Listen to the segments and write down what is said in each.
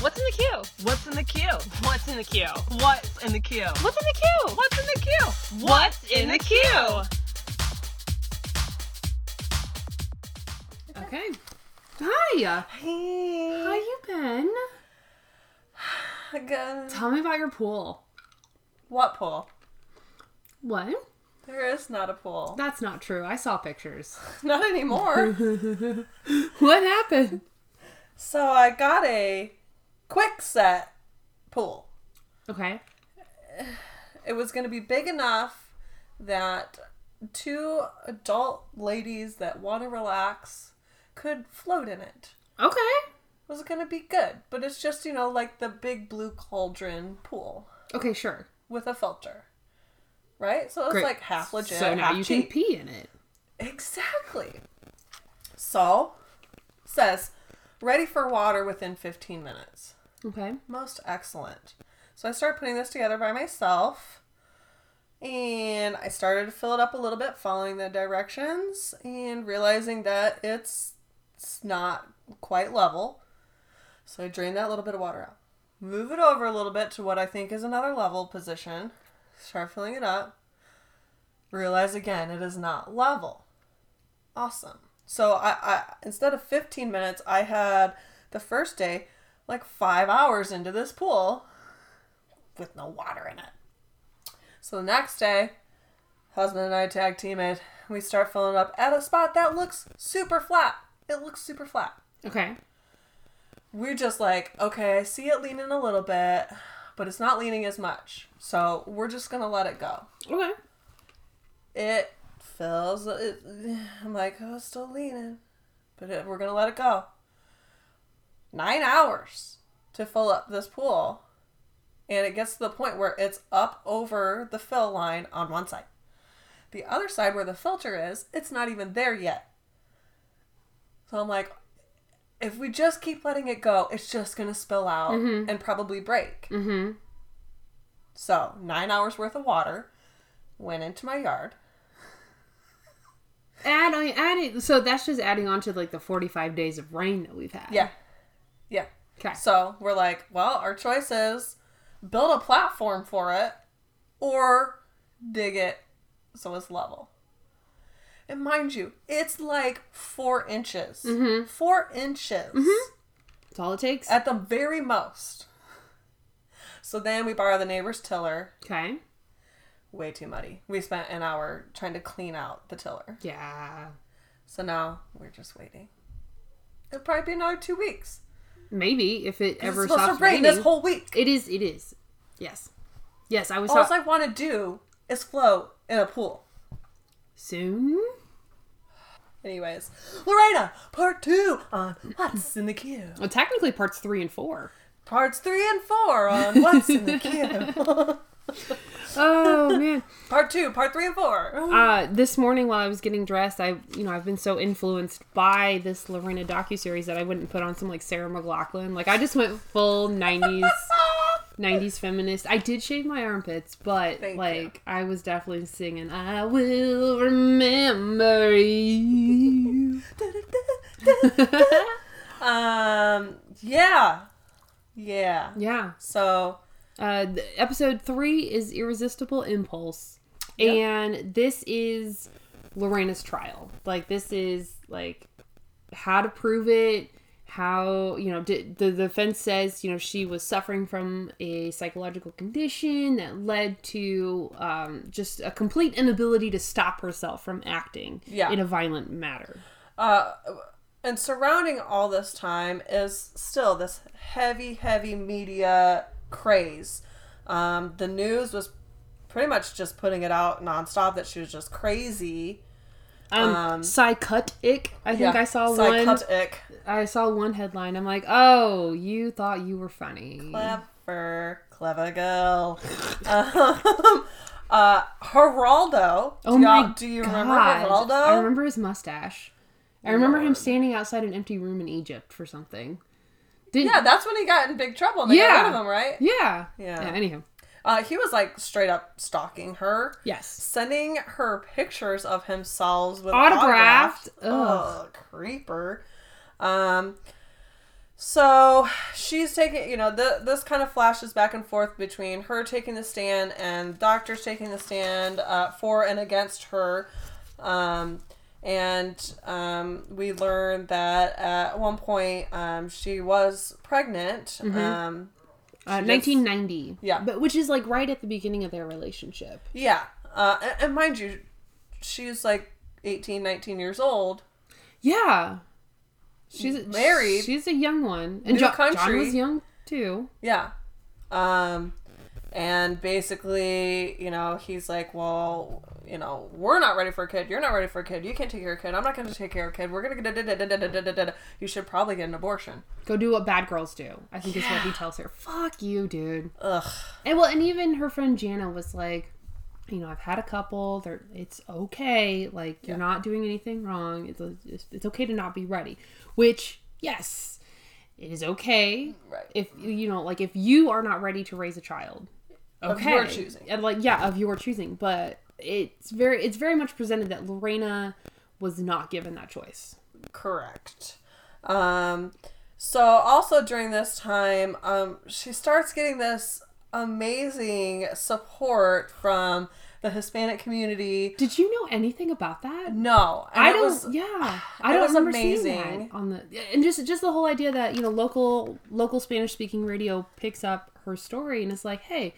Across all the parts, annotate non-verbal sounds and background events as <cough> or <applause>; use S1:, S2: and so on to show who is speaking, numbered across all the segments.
S1: What's in the queue?
S2: What's in the queue? What's in the queue? What's in the queue?
S1: What's in the queue?
S2: What's in the queue?
S1: What's in the queue?
S3: Okay. Hi. How
S2: Hey.
S3: you been?
S2: <sighs> Good.
S3: Tell me about your pool.
S2: What pool?
S3: What?
S2: There is not a pool.
S3: That's not true. I saw pictures.
S2: <laughs> Not
S3: <laughs>
S2: anymore.
S3: What happened?
S2: so I got a quick set pool.
S3: Okay.
S2: It was going to be big enough that two adult ladies that want to relax could float in it.
S3: Okay.
S2: It was going to be good, but it's just, you know, like the big blue cauldron pool.
S3: Okay, sure.
S2: with a filter, right? So it's
S3: Great.
S2: like half legit,
S3: so now
S2: half
S3: you
S2: cheap.
S3: can pee in it.
S2: exactly. So says ready for water within 15 minutes.
S3: Okay.
S2: Most excellent. So I started putting this together by myself. And I started to fill it up a little bit, following the directions and realizing that it's, it's not quite level. So I drain that little bit of water out. Move it over a little bit to what I think is another level position. Start filling it up. Realize again, it is not level. Awesome. So I, I instead of 15 minutes, I had the first day like five hours into this pool with no water in it. So the next day, husband and I tag team it. We start filling up at a spot that looks super flat. It looks super flat
S3: Okay.
S2: we're just like, okay, I see it leaning a little bit, but it's not leaning as much. So we're just gonna let it go.
S3: Okay.
S2: It fills. It, I'm like, oh, it's still leaning, but it, we're gonna let it go. Nine hours to fill up this pool, and it gets to the point where it's up over the fill line on one side. The other side where the filter is, it's not even there yet. So I'm like, if we just keep letting it go, it's just gonna spill out and probably break.
S3: Mm-hmm.
S2: So nine hours worth of water went into my yard.
S3: Add, adding, so that's just adding on to like the 45 days of rain that we've had.
S2: Yeah. Yeah.
S3: Okay.
S2: So we're like, well, our choice is build a platform for it or dig it so it's level. And mind you, it's like four inches.
S3: Mm-hmm.
S2: Four inches
S3: That's all it takes.
S2: at the very most. So then we borrow the neighbor's tiller.
S3: Okay.
S2: Way too muddy. We spent an hour trying to clean out the tiller.
S3: Yeah.
S2: So now we're just waiting. It'll probably be another two weeks.
S3: Maybe if it
S2: It's
S3: ever
S2: supposed to
S3: stops
S2: rain
S3: raining.
S2: this whole week.
S3: it is. It is. Yes. Yes. I was.
S2: All
S3: talk-
S2: I want to do is float in a pool.
S3: soon.
S2: Anyways, Lorena, part two on What's in the Queue.
S3: Well, technically, parts three and four.
S2: Parts three and four on What's in the Queue.
S3: <laughs> Oh man.
S2: part two, part three and four.
S3: uh, this morning while I was getting dressed, I you know I've been so influenced by this Lorena docu series that I went and put on some like Sarah McLaughlin. Like I just went full <laughs> '90s '90s feminist. I did shave my armpits, but
S2: Thank you.
S3: like I was definitely singing "I Will Remember <laughs> You."
S2: <laughs> um, yeah. Yeah.
S3: yeah.
S2: So,
S3: Uh, th- episode three is Irresistible Impulse. And this is Lorena's trial. Like, this is like how to prove it. How, you know, d- the, the defense says, you know, she was suffering from a psychological condition that led to um, just a complete inability to stop herself from acting
S2: Yeah.
S3: in a violent manner.
S2: uh, and surrounding all this time is still this heavy, heavy media craze. Um, the news was pretty much just putting it out nonstop that she was just crazy.
S3: Um, psychotic. I think I saw one.
S2: Psychotic.
S3: I saw one headline. I'm like, oh, you thought you were funny.
S2: Clever, clever girl. um, <laughs> uh, Geraldo.
S3: Oh
S2: do
S3: my
S2: y'all- Do you
S3: God.
S2: remember
S3: I
S2: Geraldo?
S3: remember his mustache. I remember him standing outside an empty room in Egypt for something. Didn't?
S2: Yeah, that's when he got in big trouble. They got
S3: Yeah.
S2: rid of him, right?
S3: Yeah.
S2: Yeah.
S3: Anyhow,
S2: Uh, he was like straight up stalking her,
S3: yes.
S2: sending her pictures of himself with Oh,
S3: Autographed?
S2: autographs. Ugh, creeper. Um, So she's taking, you know, th- this kind of flashes back and forth between her taking the stand and doctors taking the stand uh, for and against her. Um, and um, we learn that at one point um, she was pregnant. Um,
S3: Uh, 1990.
S2: Yeah.
S3: But which is like right at the beginning of their relationship.
S2: yeah. Uh, and, and mind you, she's like 18, 19 years old.
S3: Yeah. She's
S2: Married.
S3: She's a young one. And
S2: New
S3: Jo- John
S2: country.
S3: was young too.
S2: Yeah. Um, and basically, you know, he's like, well, you know, we're not ready for a kid. You're not ready for a kid. You can't take care of a kid. I'm not going to take care of a kid. We're going to get a You should probably get an abortion.
S3: Go do what bad girls do. I think is what he tells her. Fuck you, dude.
S2: Ugh.
S3: And well, and even her friend Jana was like, you know, I've had a couple. They're, it's okay. Like you're not doing anything wrong. It's, it's it's okay to not be ready. Which yes, it is okay.
S2: Right.
S3: If you know, like if you are not ready to raise a child,
S2: Of
S3: okay,
S2: your choosing.
S3: and like yeah, of your choosing. But it's very it's very much presented that Lorena was not given that choice.
S2: Correct. Um, so also during this time, um, she starts getting this amazing support from the Hispanic community.
S3: Did you know anything about that?
S2: No, and
S3: I
S2: it
S3: don't.
S2: was-
S3: <sighs> yeah, I
S2: it
S3: don't
S2: was
S3: remember seeing
S2: amazing.
S3: that on the and just just the whole idea that you know local local Spanish speaking radio picks up her story and is like, hey,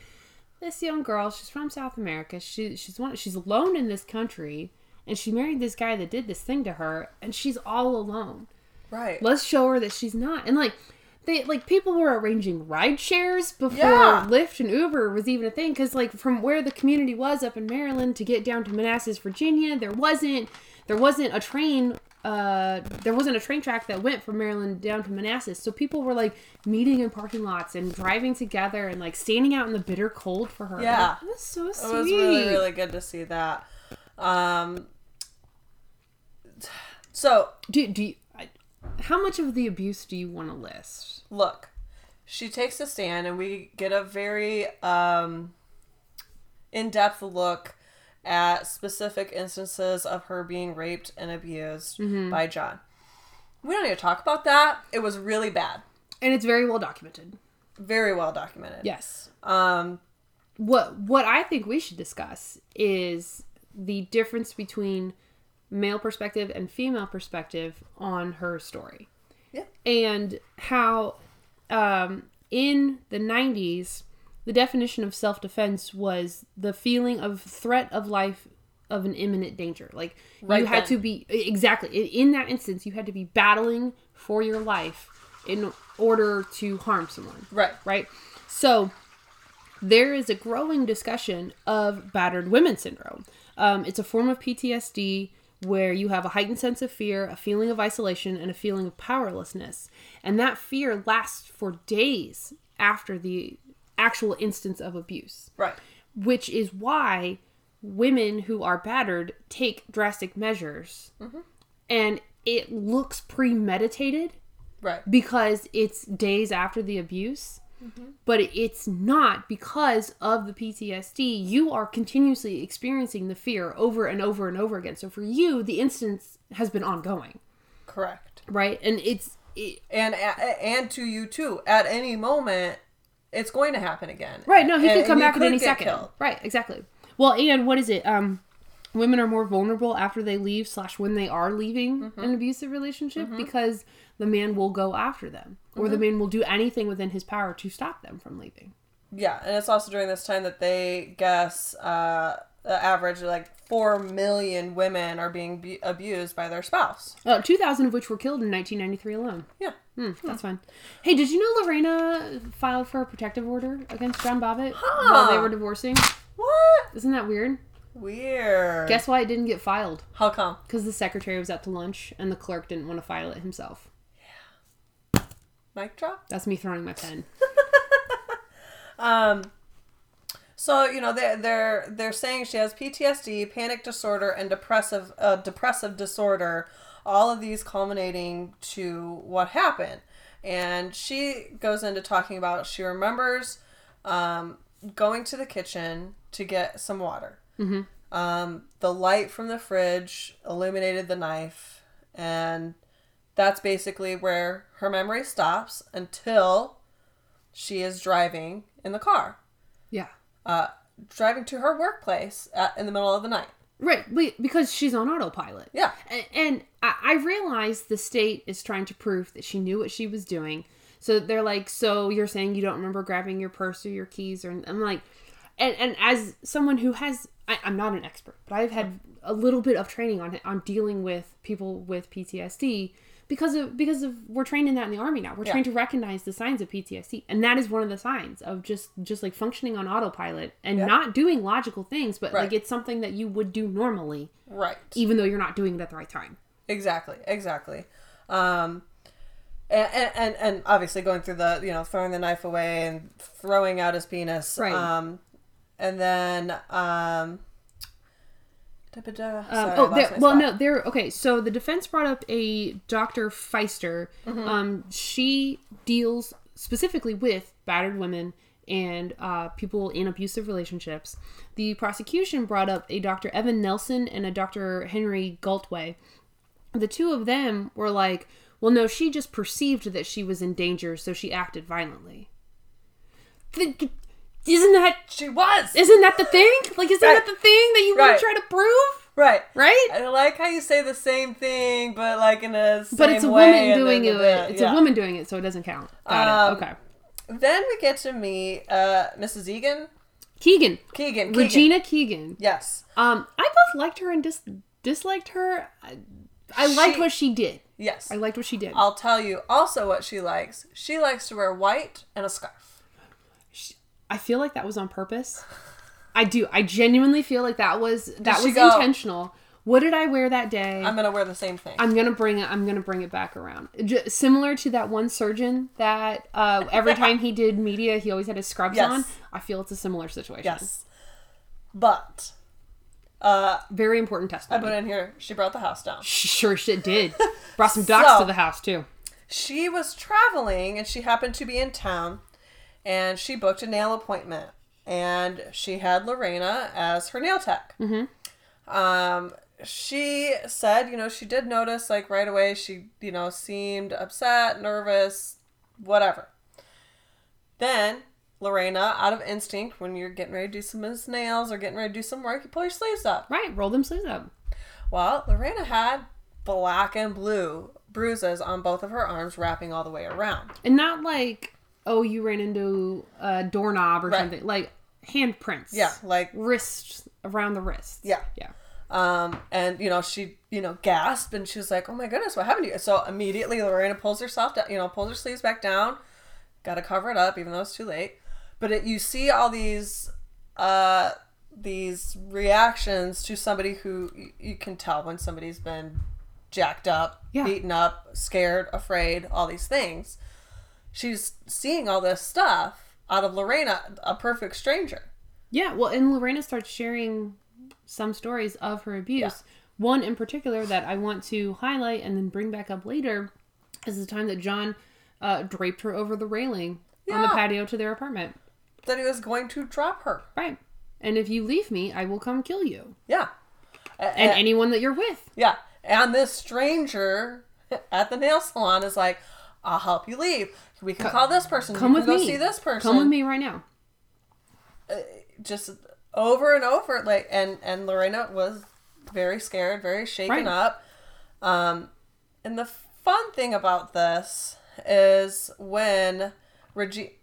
S3: this young girl, she's from South America. She she's one she's alone in this country, and she married this guy that did this thing to her, and she's all alone.
S2: right.
S3: Let's show her that she's not. And like they like people were arranging ride shares before
S2: Yeah.
S3: Lyft and Uber was even a thing cuz like from where the community was up in Maryland to get down to Manassas, Virginia, there wasn't there wasn't a train uh there wasn't a train track that went from Maryland down to Manassas. So people were like meeting in parking lots and driving together and like standing out in the bitter cold for her.
S2: Yeah.
S3: Like, That's so sweet.
S2: It was really, really good to see that. Um, so
S3: do, do you, I, how much of the abuse do you want to list?
S2: look, she takes a stand, and we get a very um, in-depth look at specific instances of her being raped and abused by John. We don't need to talk about that. It was really bad,
S3: And it's very well documented.
S2: very well documented.
S3: Yes.
S2: Um,
S3: what what I think we should discuss is the difference between male perspective and female perspective on her story.
S2: Yeah.
S3: And how um, in the 90s the definition of self-defense was the feeling of threat of life of an imminent danger. Like you
S2: Right
S3: had
S2: then.
S3: to be e, exactly in in that instance you had to be battling for your life in order to harm someone
S2: right.
S3: right? So there is a growing discussion of battered women syndrome. Um, it's a form of PTSD where you have a heightened sense of fear, a feeling of isolation, and a feeling of powerlessness. And that fear lasts for days after the actual instance of abuse
S2: Right.
S3: which is why women who are battered take drastic measures. And it looks premeditated
S2: Right.
S3: because it's days after the abuse,
S2: Mm-hmm.
S3: but it's not because of the PTSD. You are continuously experiencing the fear over and over and over again. So for you, the instance has been ongoing,
S2: Correct.
S3: right? And it's. It,
S2: and a- and to you too. At any moment, it's going to happen again.
S3: Right. No, he
S2: And-
S3: could come
S2: and you
S3: back at any
S2: get
S3: second.
S2: killed.
S3: Right. Exactly. Well, and what is it? Um, women are more vulnerable after they leave slash when they are leaving
S2: Mm-hmm.
S3: an abusive relationship because the man will go after them or
S2: Mm-hmm.
S3: the man will do anything within his power to stop them from leaving.
S2: Yeah, and it's also during this time that they guess uh, the average like four million women are being bu- abused by their spouse.
S3: Uh, 2,000 of which were killed in 1993 alone.
S2: Yeah.
S3: Hmm, That's fun. Hey, did you know Lorena filed for a protective order against John Bobbitt while they
S2: Huh.
S3: were divorcing?
S2: What?
S3: Isn't that weird?
S2: Weird.
S3: Guess why it didn't get filed?
S2: how come?
S3: Because the secretary was out to lunch and the clerk didn't want to file it himself.
S2: Mic drop.
S3: That's me throwing my
S2: <laughs>
S3: pen.
S2: So you know they're they're they're saying she has PTSD, panic disorder, and depressive uh, depressive disorder. All of these culminating to what happened, and she goes into talking about she remembers um, going to the kitchen to get some water. Um, the light from the fridge illuminated the knife, and that's basically where her memory stops until she is driving in the car,
S3: Yeah.
S2: uh, driving to her workplace at, in the middle of the night.
S3: Right. we- Because she's on autopilot.
S2: Yeah.
S3: And, and I, I realize the state is trying to prove that she knew what she was doing. So they're like, so you're saying you don't remember grabbing your purse or your keys? Or I'm like, and, and as someone who has, I, I'm not an expert, but I've had a little bit of training on on dealing with people with PTSD because of because of we're trained in that in the army now. We're trained to recognize the signs of PTSD, and that is one of the signs of just just like functioning on autopilot and not doing logical things, but like
S2: Right.
S3: it's something that you would do normally
S2: Right.
S3: even though you're not doing it at the right time.
S2: Exactly. Exactly. Um, and, and- and and obviously going through the you know throwing the knife away and throwing out his penis.
S3: Right.
S2: Um, and then um. da-ba-da.
S3: Um,
S2: Sorry, I
S3: oh,
S2: lost
S3: there,
S2: my
S3: well,
S2: spot.
S3: no, there. Okay, so the defense brought up a Dr. Feister.
S2: Mm-hmm.
S3: Um, she deals specifically with battered women and uh, people in abusive relationships. The prosecution brought up a Dr. Evan Nelson and a Dr. Henry Galtway. The two of them were like, "Well, no, she just perceived that she was in danger, so she acted violently." Th- isn't that
S2: She was
S3: isn't that the thing? Like, isn't that
S2: Right.
S3: the thing that you want
S2: Right.
S3: to try to prove?
S2: right.
S3: Right?
S2: I like how you say the same thing, but like in a same
S3: but it's a
S2: way,
S3: woman
S2: and
S3: doing
S2: then-
S3: it.
S2: yeah,
S3: It's
S2: yeah.
S3: a woman doing it, so it doesn't count. Got
S2: Um,
S3: it. Okay.
S2: Then we get to meet uh, Mrs. Egan,
S3: Keegan.
S2: Keegan, Keegan.
S3: Regina Keegan.
S2: Yes,
S3: Um, I both liked her and dis- disliked her. I, I liked
S2: She-
S3: what she did.
S2: yes.
S3: I liked what she did.
S2: I'll tell you also what she likes. She likes to wear white and a scarf.
S3: She- I feel like that was on purpose. I do. I genuinely feel like that was that
S2: she
S3: was
S2: go- Um,
S3: intentional. What did I wear that day?
S2: I'm gonna wear the same thing.
S3: I'm gonna bring it. I'm gonna bring it back around. J- similar to that one surgeon that uh,
S2: <laughs>
S3: every time he did media, he always had his scrubs
S2: Yes.
S3: on. I feel it's a similar situation.
S2: yes, but uh,
S3: Very important
S2: I
S3: testimony.
S2: put in here. She brought the house down.
S3: She sure shit <laughs> did. Brought some docs
S2: So-
S3: to the house too.
S2: She was traveling and she happened to be in town, and she booked a nail appointment. And she had Lorena as her nail tech. Um, she said, you know, she did notice like right away she, you know, seemed upset, nervous, whatever. Then Lorena, out of instinct, when you're getting ready to do some of his nails or getting ready to do some work, you pull your sleeves up.
S3: Right, roll them sleeves up.
S2: Well, Lorena had black and blue bruises on both of her arms, wrapping all the way around.
S3: And not like, oh, you ran into a doorknob or
S2: Right.
S3: something. Like handprints.
S2: Yeah, like
S3: Wrist around the wrist.
S2: Yeah.
S3: Yeah.
S2: Um, and you know, she, you know, gasped and she was like, Oh my goodness, what happened to you? So immediately Lorena pulls herself down, you know, pulls her sleeves back down, gotta cover it up, even though it's too late. But it, you see all these uh these reactions to somebody who you, you can tell when somebody's been jacked up,
S3: Yeah.
S2: beaten up, scared, afraid, all these things. She's seeing all this stuff out of Lorena, a perfect stranger.
S3: Yeah. Well, and Lorena starts sharing some stories of her abuse. One in particular that I want to highlight and then bring back up later is the time that John uh, draped her over the railing on the
S2: Yeah.
S3: patio to their apartment.
S2: That he was going to drop her.
S3: Right. And if you leave me, I will come kill you.
S2: Yeah. A-
S3: And anyone that you're with.
S2: Yeah. And this stranger <laughs> at the nail salon is like, I'll help you leave. We can call this person.
S3: Come
S2: you
S3: with
S2: can
S3: me.
S2: go see this person.
S3: Come with me right now.
S2: Just over and over. Like and and Lorena was very scared, very shaken
S3: Right.
S2: up. Um and the fun thing about this is when Regi-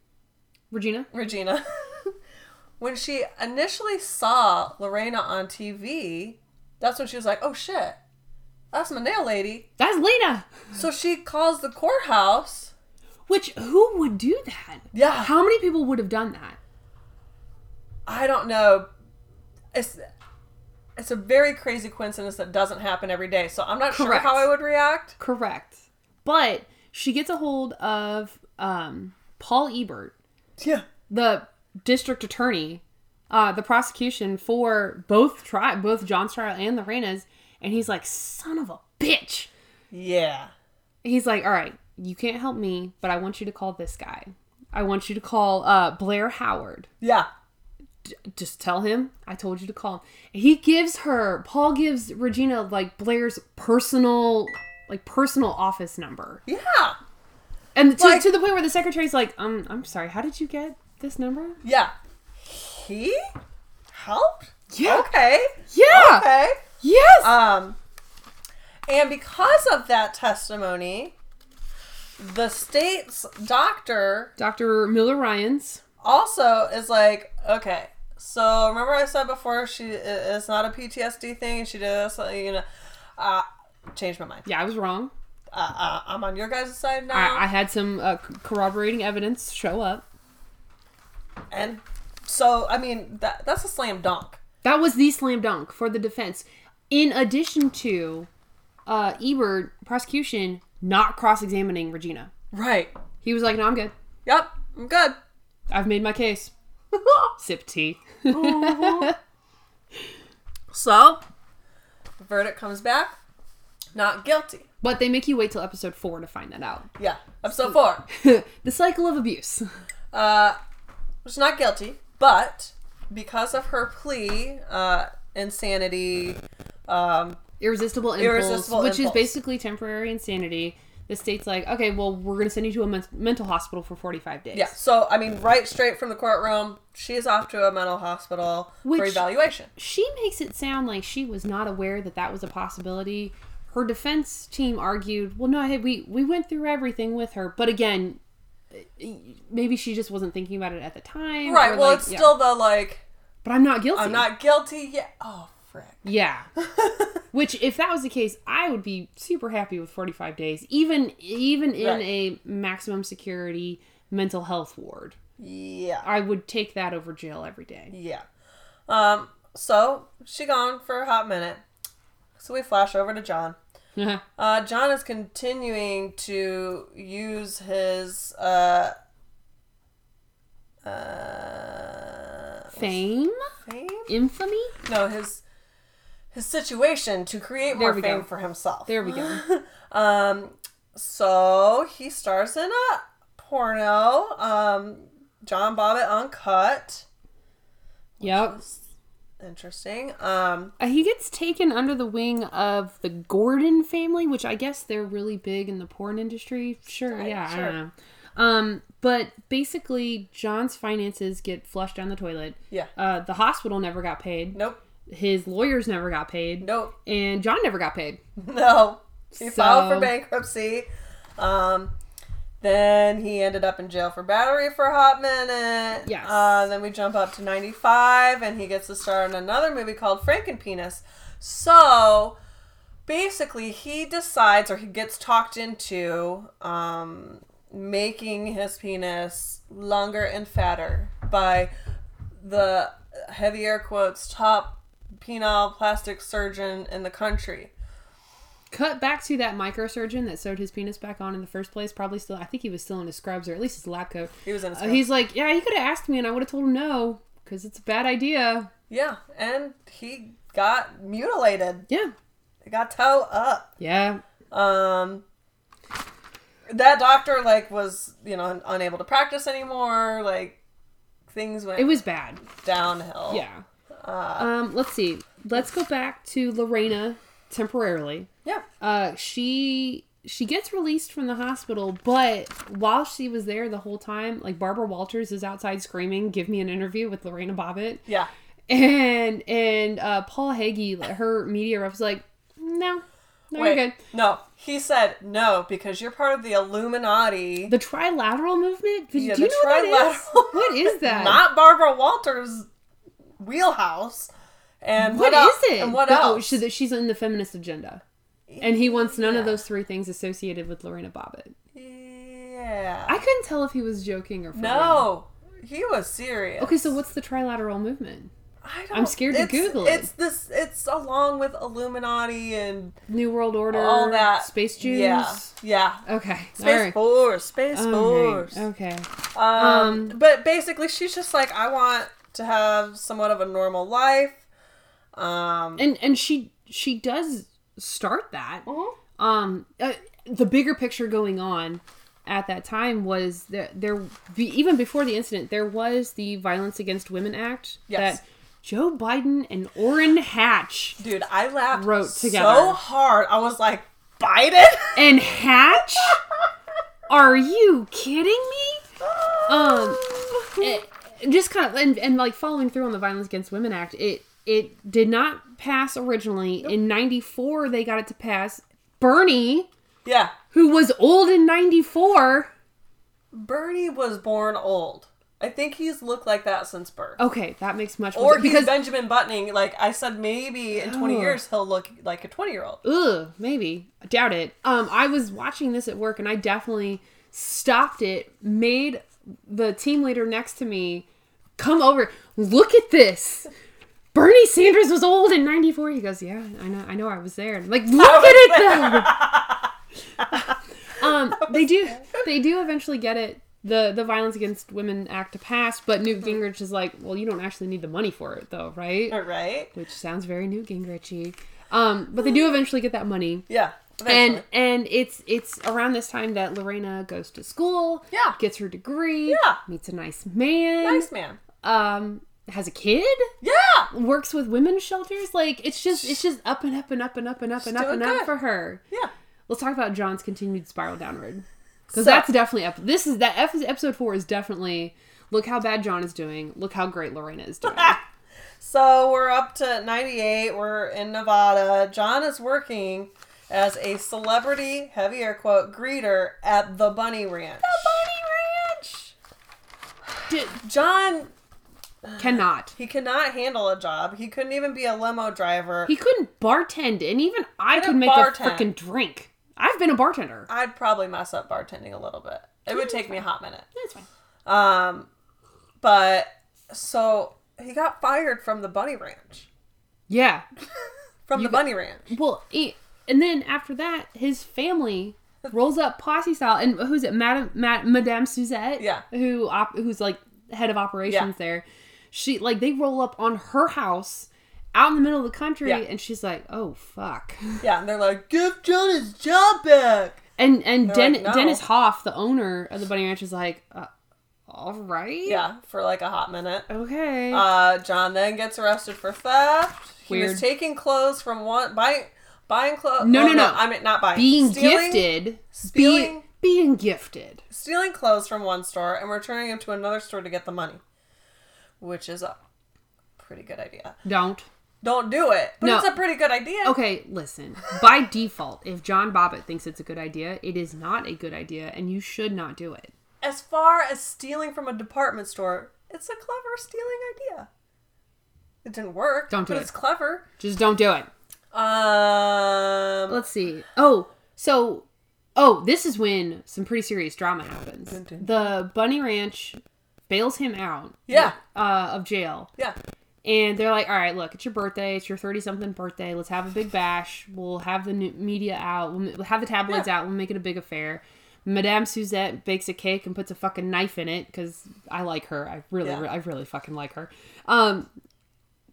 S3: Regina?
S2: Regina <laughs> when she initially saw Lorena on TV, that's when she was like, Oh shit. That's my nail lady.
S3: That's Lena.
S2: So she calls the courthouse.
S3: Which who would do that?
S2: Yeah.
S3: How many people would have done that?
S2: I don't know. It's it's a very crazy coincidence that doesn't happen every day. So I'm not
S3: Correct.
S2: sure how I would react.
S3: Correct. But she gets a hold of um, Paul Ebert,
S2: Yeah.
S3: the district attorney, uh, the prosecution for both tri- both John's trial and Lorena's, and he's like, "Son of a bitch."
S2: Yeah.
S3: he's like, all right, you can't help me, but I want you to call this guy. I want you to call uh, Blair Howard.
S2: Yeah.
S3: Just tell him I told you to call him. And he gives her, Paul gives Regina like Blair's personal like personal office number.
S2: Yeah.
S3: And to,
S2: Like-
S3: to the point where the secretary's like, um, I'm sorry, how did you get this number?
S2: Yeah. He helped?
S3: Yeah.
S2: Okay.
S3: Yeah.
S2: Okay.
S3: Yes.
S2: Um, and because of that testimony, the state's doctor
S3: Dr. Miller Ryan's.
S2: also is like, okay, so remember I said before she i- it's not a PTSD thing, and she did this, uh, you know, uh, changed my mind.
S3: Yeah, I was wrong.
S2: Uh, uh, I'm on your guys' side now,
S3: I, I had some uh, c- corroborating evidence show up.
S2: and so I mean that that's a slam dunk.
S3: That was the slam dunk for the defense. In addition to uh, Ebert, prosecution not cross examining Regina.
S2: Right.
S3: He was like, no, I'm good.
S2: Yep. I'm good.
S3: I've made my
S2: <laughs>
S3: case. Sip tea.
S2: So, the verdict comes back, not guilty.
S3: But they make you wait till episode four to find that out.
S2: Yeah. Episode four.
S3: the cycle of abuse. <laughs>
S2: Uh, was not guilty, but because of her plea, uh, insanity, um,
S3: Irresistible impulse,
S2: Irresistible
S3: which is
S2: impulse.
S3: basically temporary insanity. The state's like, okay, well, we're going to send you to a men- mental hospital for 45 days.
S2: yeah. So, I mean, right straight from the courtroom, she is off to a mental hospital for
S3: Which-
S2: evaluation.
S3: She makes it sound like she was not aware that that was a possibility. Her defense team argued, well, no, hey, we, we went through everything with her. But again, maybe she just wasn't thinking about it at the time.
S2: Right.
S3: or
S2: Well,
S3: like-
S2: it's
S3: yeah.
S2: still the like,
S3: But I'm not guilty.
S2: I'm not guilty yet. Oh, frick. <laughs>
S3: Yeah. Which, if that was the case, I would be super happy with 45 days, even even in
S2: Right.
S3: a maximum security mental health ward.
S2: Yeah.
S3: I would take that over jail every day.
S2: Yeah. Um, so she gone for a hot minute. So we flash over to John. Uh, John is continuing to use his uh,
S3: <laughs>
S2: uh,
S3: Fame,
S2: fame?
S3: infamy.
S2: No, his his situation to create more
S3: we
S2: fame
S3: go.
S2: for himself.
S3: There we
S2: <gasps>
S3: go.
S2: Um, so he stars in a porno. Um, John Bobbitt uncut.
S3: Yep.
S2: Interesting. Um,
S3: Uh, He gets taken under the wing of the Gordon family, which I guess they're really big in the porn industry. Sure, yeah, I
S2: sure.
S3: don't know. Um, but basically, John's finances get flushed down the toilet.
S2: yeah.
S3: Uh, the hospital never got paid.
S2: Nope.
S3: his lawyers never got paid
S2: Nope.
S3: and john never got paid
S2: <laughs> No. He filed for
S3: So-
S2: bankruptcy. Um, then he ended up in jail for battery for a hot minute.
S3: Yes.
S2: Uh, then we jump up to 95, and he gets to star in another movie called Frankenpenis. So basically, he decides or he gets talked into um, making his penis longer and fatter by the heavy air quotes top penile plastic surgeon in the country.
S3: cut back to that microsurgeon that sewed his penis back on in the first place probably still i think he was still in his scrubs or at least his lab coat
S2: He was in his
S3: Uh, he's like yeah you could have asked me and i would have told him no because it's a bad idea
S2: Yeah, and he got mutilated.
S3: yeah
S2: He got toe up.
S3: yeah
S2: Um that doctor like was, you know, unable to practice anymore, like things went
S3: it was bad
S2: downhill.
S3: yeah
S2: Uh.
S3: um let's see let's go back to lorena temporarily
S2: Yeah.
S3: uh she she gets released from the hospital but while she was there the whole time like barbara walters is outside screaming give me an interview with lorena bobbitt
S2: Yeah.
S3: and and uh paul hagee her media rep's like no no
S2: Wait.
S3: you're good
S2: No. He said no because you're part of the Illuminati.
S3: the trilateral movement do
S2: Yeah,
S3: you know
S2: the
S3: what that is <laughs>
S2: trilateral-
S3: what
S2: <laughs>
S3: is that
S2: Not Barbara Walters wheelhouse. And what,
S3: what
S2: else?
S3: is it
S2: And what
S3: The- oh,
S2: else?
S3: she- that she's in the feminist agenda and he wants none of those three things associated with lorena bobbitt
S2: yeah.
S3: i couldn't tell if he was joking or for real.
S2: no. He was serious.
S3: okay so what's the trilateral movement
S2: I don't,
S3: I'm scared to
S2: it's-
S3: Google it.
S2: It's this. It's along with Illuminati and
S3: New World Order,
S2: all that
S3: Space Jews.
S2: Yeah, yeah.
S3: Okay.
S2: Space
S3: All right.
S2: Force, Space
S3: Okay. oh,
S2: Force.
S3: okay.
S2: Um, but basically, she's just like, I want to have somewhat of a normal life. Um,
S3: And and she she does start that. Um uh, the bigger picture going on at that time was that there be- even before the incident there was the Violence Against Women Act
S2: Yes.
S3: that Joe Biden and Orrin Hatch
S2: dude, I laughed
S3: Wrote
S2: so
S3: together.
S2: hard. I was like, Biden? <laughs>
S3: and Hatch? Are you kidding me?
S2: <laughs>
S3: Um, it- just kind of and, and like following through on the Violence Against Women Act, it it did not pass originally. In '94, they got it to pass. Bernie,
S2: yeah.
S3: who was old in '94,
S2: Bernie was born old. I think he's looked like that since birth.
S3: okay, that makes much more
S2: Or
S3: sense
S2: he's
S3: because Oh.
S2: Benjamin Buttoning. Like I said, maybe in 20 years he'll look like a 20 year old.
S3: ugh, maybe. I doubt it. Um, I was watching this at work and I definitely stopped it, made the team leader next to me come over, look at this. Bernie Sanders was old in '94. He goes, "Yeah, I know. I know. I was there." I'm like, look at it though. um, they do. They do eventually get it. The the Violence Against Women Act to pass, but Newt Gingrich is like, "Well, you don't actually need the money for it, though, right?"
S2: Right?
S3: which sounds very Newt Gingrichy. Um, but they do eventually get that money,
S2: Yeah.
S3: and
S2: eventually.
S3: and it's it's around this time that Lorena goes to school,
S2: Yeah.
S3: gets her degree,
S2: Yeah.
S3: meets a nice man,
S2: nice man.
S3: um, has a kid,
S2: Yeah.
S3: works with women's shelters. Like it's just it's just up and up and up and up and up and up
S2: doing
S3: and up
S2: good.
S3: for her.
S2: Yeah.
S3: Let's talk about John's continued spiral downward because
S2: So-
S3: that's definitely up. This is that ep- episode four is definitely look how bad John is doing. Look how great Lorena is
S2: <laughs>
S3: doing.
S2: So we're up to 98. We're in Nevada. John is working as a celebrity, heavy air quote, greeter at the Bunny Ranch.
S3: D-
S2: John,
S3: cannot.
S2: he cannot handle a job. He couldn't even be a limo driver.
S3: He couldn't bartend, and even I could
S2: Couldn't
S3: make a
S2: bartend. Oh,
S3: freaking drink. I've been a bartender.
S2: I'd probably mess up bartending a little bit. It would take me a hot minute.
S3: That's fine.
S2: Um, but so he got fired from the Bunny Ranch.
S3: Yeah.
S2: From the Bunny Ranch.
S3: Well, he, and then after that, his family rolls up posse style, and who's it, Madam Ma- Madame Suzette?
S2: Yeah.
S3: Who op- who's like head of operations
S2: Yeah.
S3: there? She like they roll up on her house out in the middle of the country,
S2: Yeah.
S3: and she's like, "Oh fuck."
S2: Yeah, and they're like, give John his job back.
S3: And and Den-
S2: like, "No."
S3: Dennis Hoff, the owner of the Bunny Ranch, is like, uh, "All right,
S2: Yeah, for like a hot minute.
S3: okay."
S2: Uh, John then gets arrested for theft. He
S3: Weird.
S2: was taking clothes from one buying buying clothes.
S3: No, no, no.
S2: I mean not buying.
S3: being
S2: stealing,
S3: gifted,
S2: stealing-
S3: be, being gifted.
S2: Stealing clothes from one store and returning them to another store to get the money, which is a pretty good idea.
S3: Don't.
S2: Don't do it, but
S3: No.
S2: it's a pretty good idea.
S3: Okay, listen. By default, if John Bobbitt thinks it's a good idea, it is not a good idea, and you should not do it.
S2: As far as stealing from a department store, it's a clever stealing idea. It didn't work.
S3: Don't do
S2: but
S3: it.
S2: It's clever.
S3: Just don't do it.
S2: Um.
S3: Let's see. Oh, so oh, this is when some pretty serious drama happens.
S2: dun.
S3: The Bunny Ranch bails him out
S2: Yeah.
S3: uh, of jail.
S2: Yeah.
S3: And they're like, all right, look, it's your birthday. It's your 30 something birthday. Let's have a big bash. We'll have the new media out. We'll we'll have the tabloids out. We'll make it a big affair. Madame Suzette bakes a cake and puts a fucking knife in it because I like her. I really,
S2: Yeah.
S3: re- I really fucking like her. Um,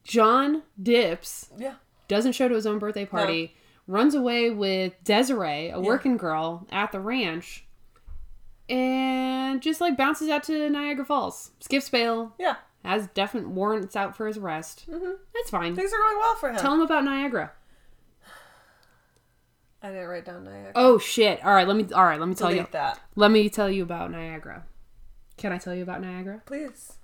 S3: John dips,
S2: Yeah.
S3: doesn't show to his own birthday party, runs away with Desiree, a working girl at the ranch, and just like bounces out to Niagara Falls, skips bail,
S2: Yeah.
S3: has definite warrants out for his arrest. Mm-hmm. That's fine.
S2: Things are going well for him.
S3: Tell him about Niagara.
S2: I didn't write down Niagara.
S3: Oh shit! All right, let me. All right, let me tell
S2: Delete
S3: you.
S2: that,
S3: Let me tell you about Niagara. Can I tell you about Niagara?
S2: please.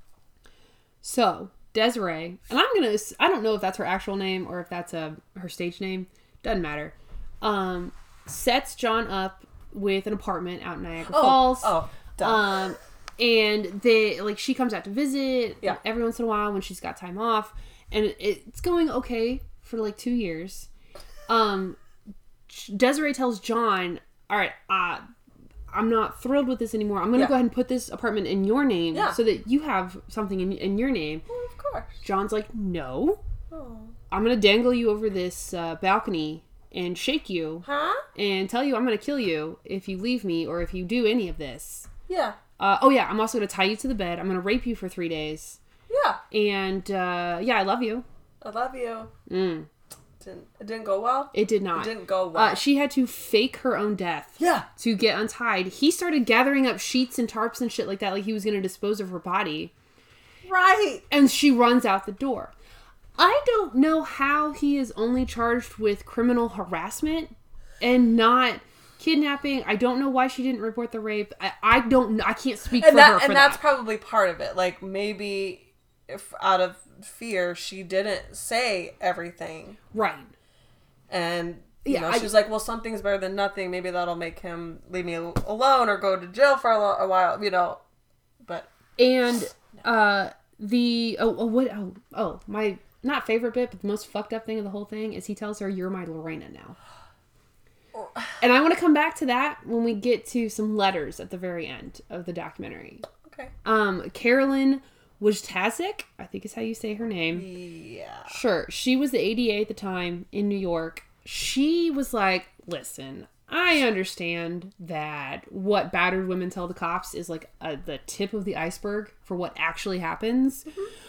S3: So Desiree, and I'm gonna. ass- I don't know if that's her actual name or if that's a her stage name. Doesn't matter. Um, sets John up with an apartment out in Niagara Falls.
S2: Oh, duh.
S3: Um, and they like she comes out to visit
S2: Yeah.
S3: every once in a while when she's got time off, and it- it's going okay for like two years. Um, Desiree tells John, "All right, uh, I'm not thrilled with this anymore. I'm going to
S2: Yeah.
S3: go ahead and put this apartment in your name
S2: Yeah.
S3: so that you have something in in your name."
S2: Oh, of course.
S3: John's like, "No,
S2: Oh.
S3: I'm going to dangle you over this uh, balcony and shake you
S2: Huh?
S3: and tell you I'm going to kill you if you leave me or if you do any of this."
S2: Yeah.
S3: Uh, oh yeah, I'm also gonna tie you to the bed. I'm gonna rape you for three days.
S2: Yeah.
S3: And uh, yeah, I love you.
S2: I love you.
S3: Mm.
S2: Didn't it didn't go well?
S3: It did not.
S2: didn't go well.
S3: uh, she had to fake her own death
S2: yeah.
S3: to get untied. He started gathering up sheets and tarps and shit like that, like he was gonna dispose of her body.
S2: Right.
S3: And she runs out the door. I don't know how he is only charged with criminal harassment and not kidnapping. I don't know why she didn't report the rape. I, I don't. kn- I can't speak for
S2: and
S3: her
S2: that
S3: for
S2: and
S3: that.
S2: that's probably part of it. Like maybe if out of fear she didn't say everything,
S3: right.
S2: and you
S3: Yeah,
S2: know
S3: I-
S2: she's like, well, something's better than nothing. Maybe that'll make him leave me al- alone or go to jail for a, lo- a while. You know, but
S3: And uh the oh, oh what oh oh my not favorite bit but the most fucked up thing of the whole thing is he tells her you're my Lorena now. And I want to come back to that when we get to some letters at the very end of the documentary.
S2: okay,
S3: Um Carolyn Wojtasik, I think is how you say her name.
S2: yeah,
S3: Sure. She was the ADA at the time in New York. She was like, listen, I understand that what battered women tell the cops is like uh the tip of the iceberg for what actually happens.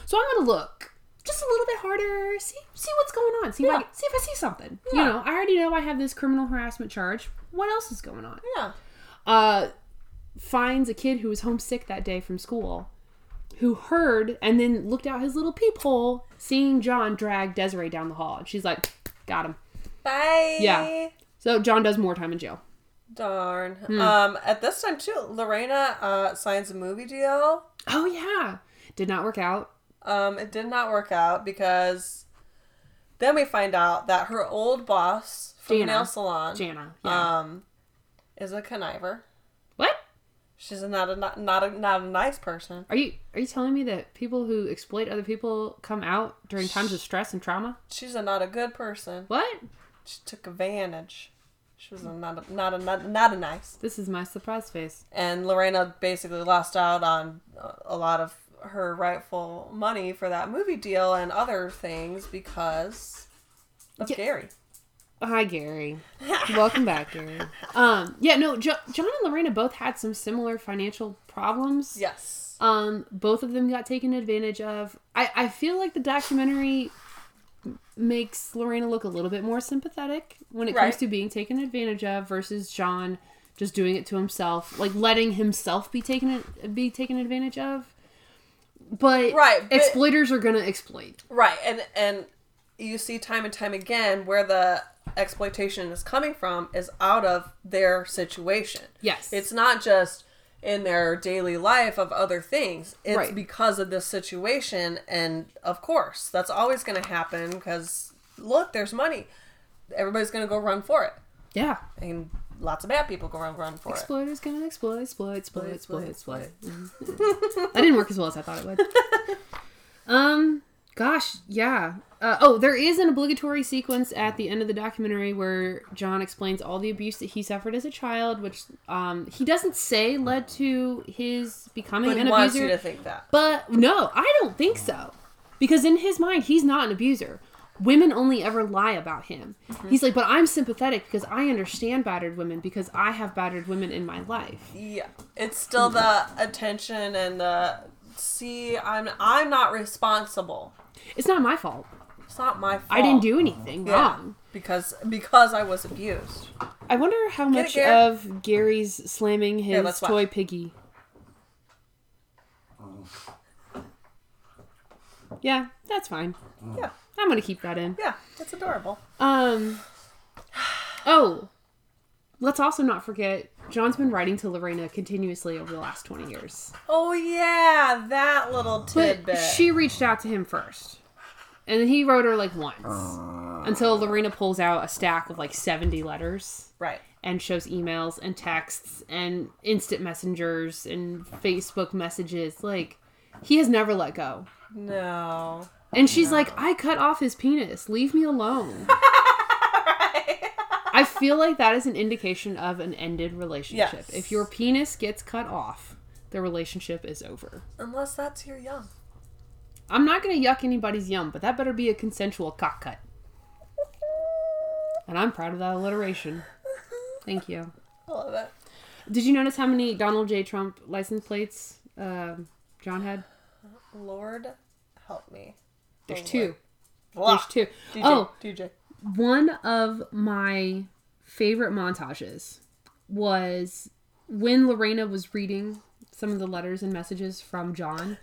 S3: So I'm going to look just a little bit harder, see see what's going on, see, if, I, see if I see something. You know, I already know I have this criminal harassment charge. What else is going on?
S2: yeah.
S3: uh, finds a kid who was homesick that day from school who heard and then looked out his little peephole seeing John drag Desiree down the hall. And she's like, got him.
S2: Bye.
S3: Yeah. Hmm. So John does more time in jail.
S2: Darn. Um, at this time too, Lorena uh, signs a movie deal.
S3: Oh, yeah. Did not work out.
S2: Um, it did not work out because then we find out that her old boss from
S3: Jana.
S2: nail salon
S3: Jana. Yeah.
S2: um is a conniver.
S3: what?
S2: She's not a not not a, not a nice person.
S3: Are you are you telling me that people who exploit other people come out during times of stress and trauma?
S2: She's a not a good person.
S3: What?
S2: She took advantage. She was a not a, not a not, not a nice.
S3: This is my surprise face.
S2: And Lorena basically lost out on a- a lot of her rightful money for that movie deal and other things because of Gary.
S3: Hi, Gary. <laughs> Welcome back, Gary. Um, yeah, no, jo- John and Lorena both had some similar financial problems.
S2: Yes.
S3: Um, both of them got taken advantage of. I, I feel like the documentary m- makes Lorena look a little bit more sympathetic when it
S2: Right.
S3: comes to being taken advantage of versus John just doing it to himself, like letting himself be taken be taken advantage of. But
S2: Right, but-
S3: exploiters are gonna exploit.
S2: Right, and and you see time and time again where the exploitation is coming from is out of their situation.
S3: Yes.
S2: It's not just in their daily life of other things. It's
S3: Right.
S2: because of this situation and of course, that's always going to happen cuz look, there's money. Everybody's going to go run for it.
S3: yeah.
S2: And lots of bad people go run run for it.
S3: Exploiters gonna exploit, exploit, exploit, exploit, exploit. that didn't work as well as Mm-hmm. <laughs> I thought it would. <laughs> um, gosh, yeah. Uh, oh, there is an obligatory sequence at the end of the documentary where John explains all the abuse that he suffered as a child, which um, he doesn't say led to his becoming
S2: But he
S3: an
S2: wants
S3: abuser.
S2: you to think that.
S3: But no, I don't think so. Because in his mind, he's not an abuser. Women only ever lie about him.
S2: Mm-hmm.
S3: He's like, but I'm sympathetic because I understand battered women because I have battered women in my life.
S2: Yeah, it's still the attention and the see. I'm I'm not responsible.
S3: It's not my fault.
S2: It's not my fault.
S3: I didn't do anything
S2: Oh. Yeah,
S3: wrong.
S2: because because I was abused.
S3: I wonder how
S2: it,
S3: much
S2: Gary.
S3: of Gary's slamming his
S2: let's watch.
S3: toy piggy. Yeah, that's fine.
S2: Yeah,
S3: I'm gonna keep that in.
S2: yeah, it's adorable.
S3: Um. Oh, let's also not forget John's been writing to Lorena continuously over the last twenty years.
S2: Oh yeah, that little tidbit.
S3: But she reached out to him first, and he wrote her like once until Lorena pulls out a stack of like seventy letters
S2: right.
S3: and shows emails and texts and instant messengers and Facebook messages. Like he has never let go.
S2: No.
S3: And she's like, I cut off his penis. Leave me
S2: <laughs>
S3: alone. I feel like that is an indication of an ended relationship.
S2: Yes.
S3: If your penis gets cut off, the relationship is over.
S2: Unless that's your young.
S3: I'm not going to yuck anybody's yum, but that better be a consensual cock cut. And I'm proud of that alliteration. Thank you.
S2: I love it.
S3: Did you notice how many Donald J. Trump license plates um John had?
S2: Lord help me.
S3: There's two.
S2: Oh, Blah.
S3: There's two.
S2: DJ,
S3: Oh,
S2: DJ.
S3: one of my favorite montages was when Lorena was reading some of the letters and messages from John.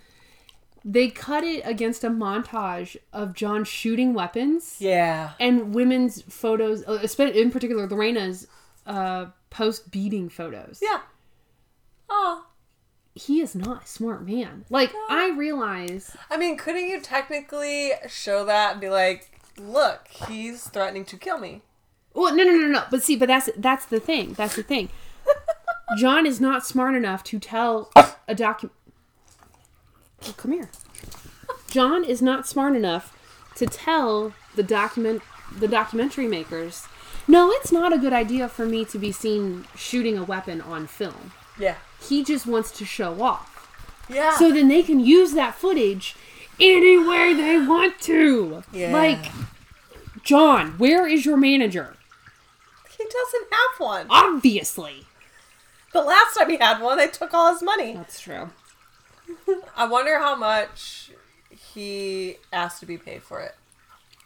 S3: They cut it against a montage of John shooting weapons
S2: Yeah.
S3: and women's photos, uh, espe- in particular Lorena's uh, post beating photos.
S2: Yeah. Oh.
S3: He is not a smart man. Like, I realize
S2: I mean, couldn't you technically show that and be like, look, he's threatening to kill me?
S3: Well, no, no, no, no. But see, but that's that's the thing. That's the thing. John is not smart enough to tell a document. come here. John is not smart enough to tell the document the documentary makers. No, it's not a good idea for me to be seen shooting a weapon on film.
S2: Yeah.
S3: He just wants to show off.
S2: Yeah.
S3: So then they can use that footage anywhere they want to.
S2: Yeah.
S3: Like, John, where is your manager?
S2: he doesn't have one.
S3: Obviously.
S2: The last time he had one, they took all his money.
S3: That's true.
S2: I wonder how much he asked to be paid for it.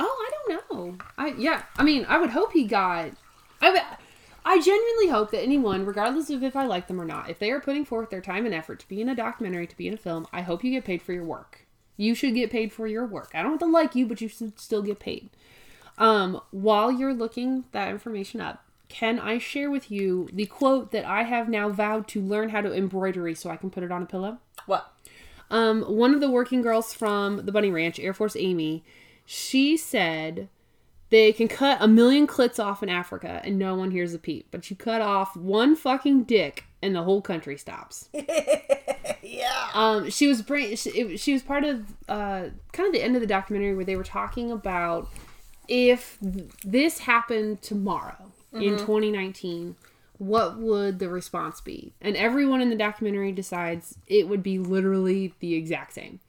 S3: Oh, I don't know. I yeah, I mean, I would hope he got I mean, I genuinely hope that anyone, regardless of if I like them or not, if they are putting forth their time and effort to be in a documentary, to be in a film, I hope you get paid for your work. You should get paid for your work. I don't have to like you, but you should still get paid. Um, while you're looking that information up, can I share with you the quote that I have now vowed to learn how to embroidery so I can put it on a pillow?
S2: What?
S3: Um, one of the working girls from the Bunny Ranch, Air Force Amy, she said they can cut a million clits off in Africa and no one hears a peep, but you cut off one fucking dick and the whole country stops.
S2: Yeah.
S3: Um, she was bring, she, it- she was part of uh, kind of the end of the documentary where they were talking about if th- this happened tomorrow in 2019, what would the response be? And everyone in the documentary decides it would be literally the exact same.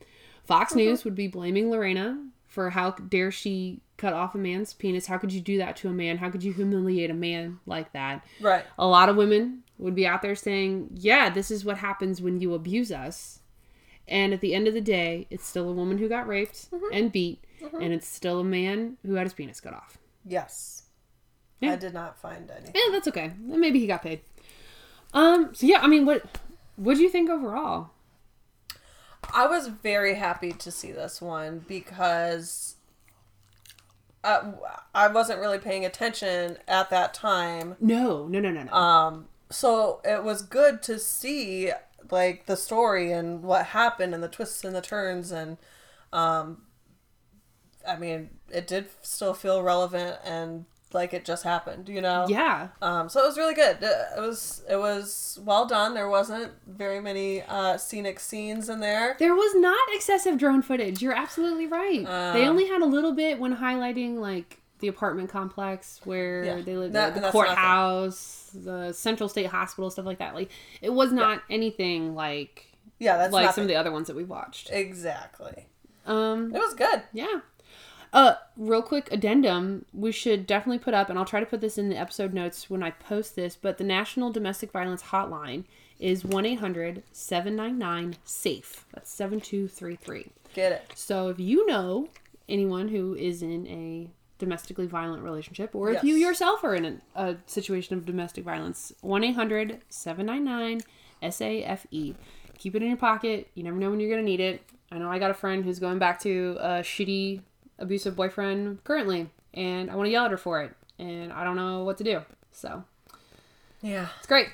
S3: Fox News would be blaming Lorena for how dare she cut off a man's penis? How could you do that to a man? How could you humiliate a man like that?
S2: Right.
S3: a lot of women would be out there saying, Yeah, this is what happens when you abuse us. And at the end of the day, it's still a woman who got raped and beat, and it's still a man who had his penis cut off.
S2: Yes.
S3: Yeah.
S2: I did not find any.
S3: Yeah, that's okay. Maybe he got paid. Um, so yeah, I mean, what what do you think overall?
S2: I was very happy to see this one because uh, I wasn't really paying attention at that time.
S3: No, no, no, no, no.
S2: Um, so it was good to see like the story and what happened and the twists and the turns and um, I mean it did still feel relevant and like it just happened, you know?
S3: yeah.
S2: Um, so it was really good. Uh, It was it was well done. There wasn't very many uh, scenic scenes in there.
S3: There was not excessive drone footage. You're absolutely right.
S2: uh,
S3: they only had a little bit when highlighting like the apartment complex where
S2: Yeah.
S3: they lived,
S2: That-
S3: like, the
S2: that's nothing.
S3: courthouse, the Central State Hospital, stuff like that. Like it was not anything like
S2: Yeah, that's
S3: like
S2: nothing.
S3: some of the other ones that we watched.
S2: Exactly.
S3: Um,
S2: It was good.
S3: yeah. Uh, real quick addendum. We should definitely put up, and I'll try to put this in the episode notes when I post this. But the National Domestic Violence Hotline is one 800 799 SAFE. E. That's seven two three three.
S2: Get it.
S3: So if you know anyone who is in a domestically violent relationship, or if you
S2: Yes.
S3: yourself are in a, a situation of domestic violence, 1 800 799 SAFE. E. Keep it in your pocket. You never know when you're going to need it. I know I got a friend who's going back to a shitty, abusive boyfriend currently, and I want to yell at her for it, and I don't know what to do. So
S2: Yeah.
S3: it's great.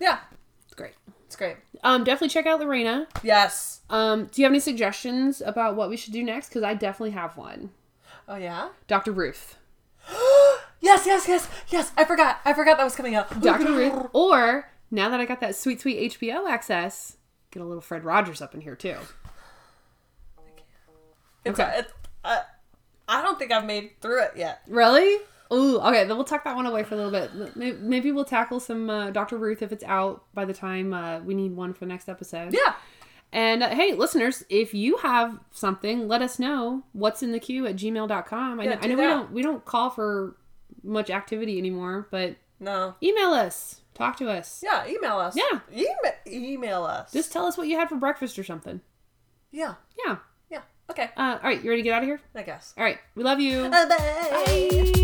S2: Yeah.
S3: It's great.
S2: It's great.
S3: Um, definitely check out Lorena.
S2: Yes.
S3: Um, do you have any suggestions about what we should do next? Because I definitely have one.
S2: Oh yeah.
S3: Dr. Ruth.
S2: Yes. Yes. Yes. Yes. I forgot. I forgot that was coming up. <laughs>
S3: Dr. Ruth. <laughs> Or now that I got that sweet, sweet HBO access, get a little Fred Rogers up in here too.
S2: It's,
S3: Okay.
S2: it's, uh, I don't think I've made through it yet.
S3: Really? Ooh, okay. Then we'll tuck that one away for a little bit. May- Maybe we'll tackle some uh, Dr. Ruth if it's out by the time uh, we need one for next episode.
S2: Yeah.
S3: And uh, hey, listeners, if you have something, let us know what's in the queue at gmail.com. I,
S2: Yeah,
S3: know, I
S2: do
S3: know we
S2: that.
S3: don't we don't call for much activity anymore, but
S2: No.
S3: email us, talk to us.
S2: Yeah. Email us.
S3: Yeah.
S2: Ema- email us.
S3: Just tell us what you had for breakfast or something.
S2: yeah.
S3: Yeah.
S2: Yeah. Okay.
S3: Uh, all right, you ready to get out of here?
S2: I guess.
S3: All right, we love you.
S2: Bye-bye.
S3: Bye.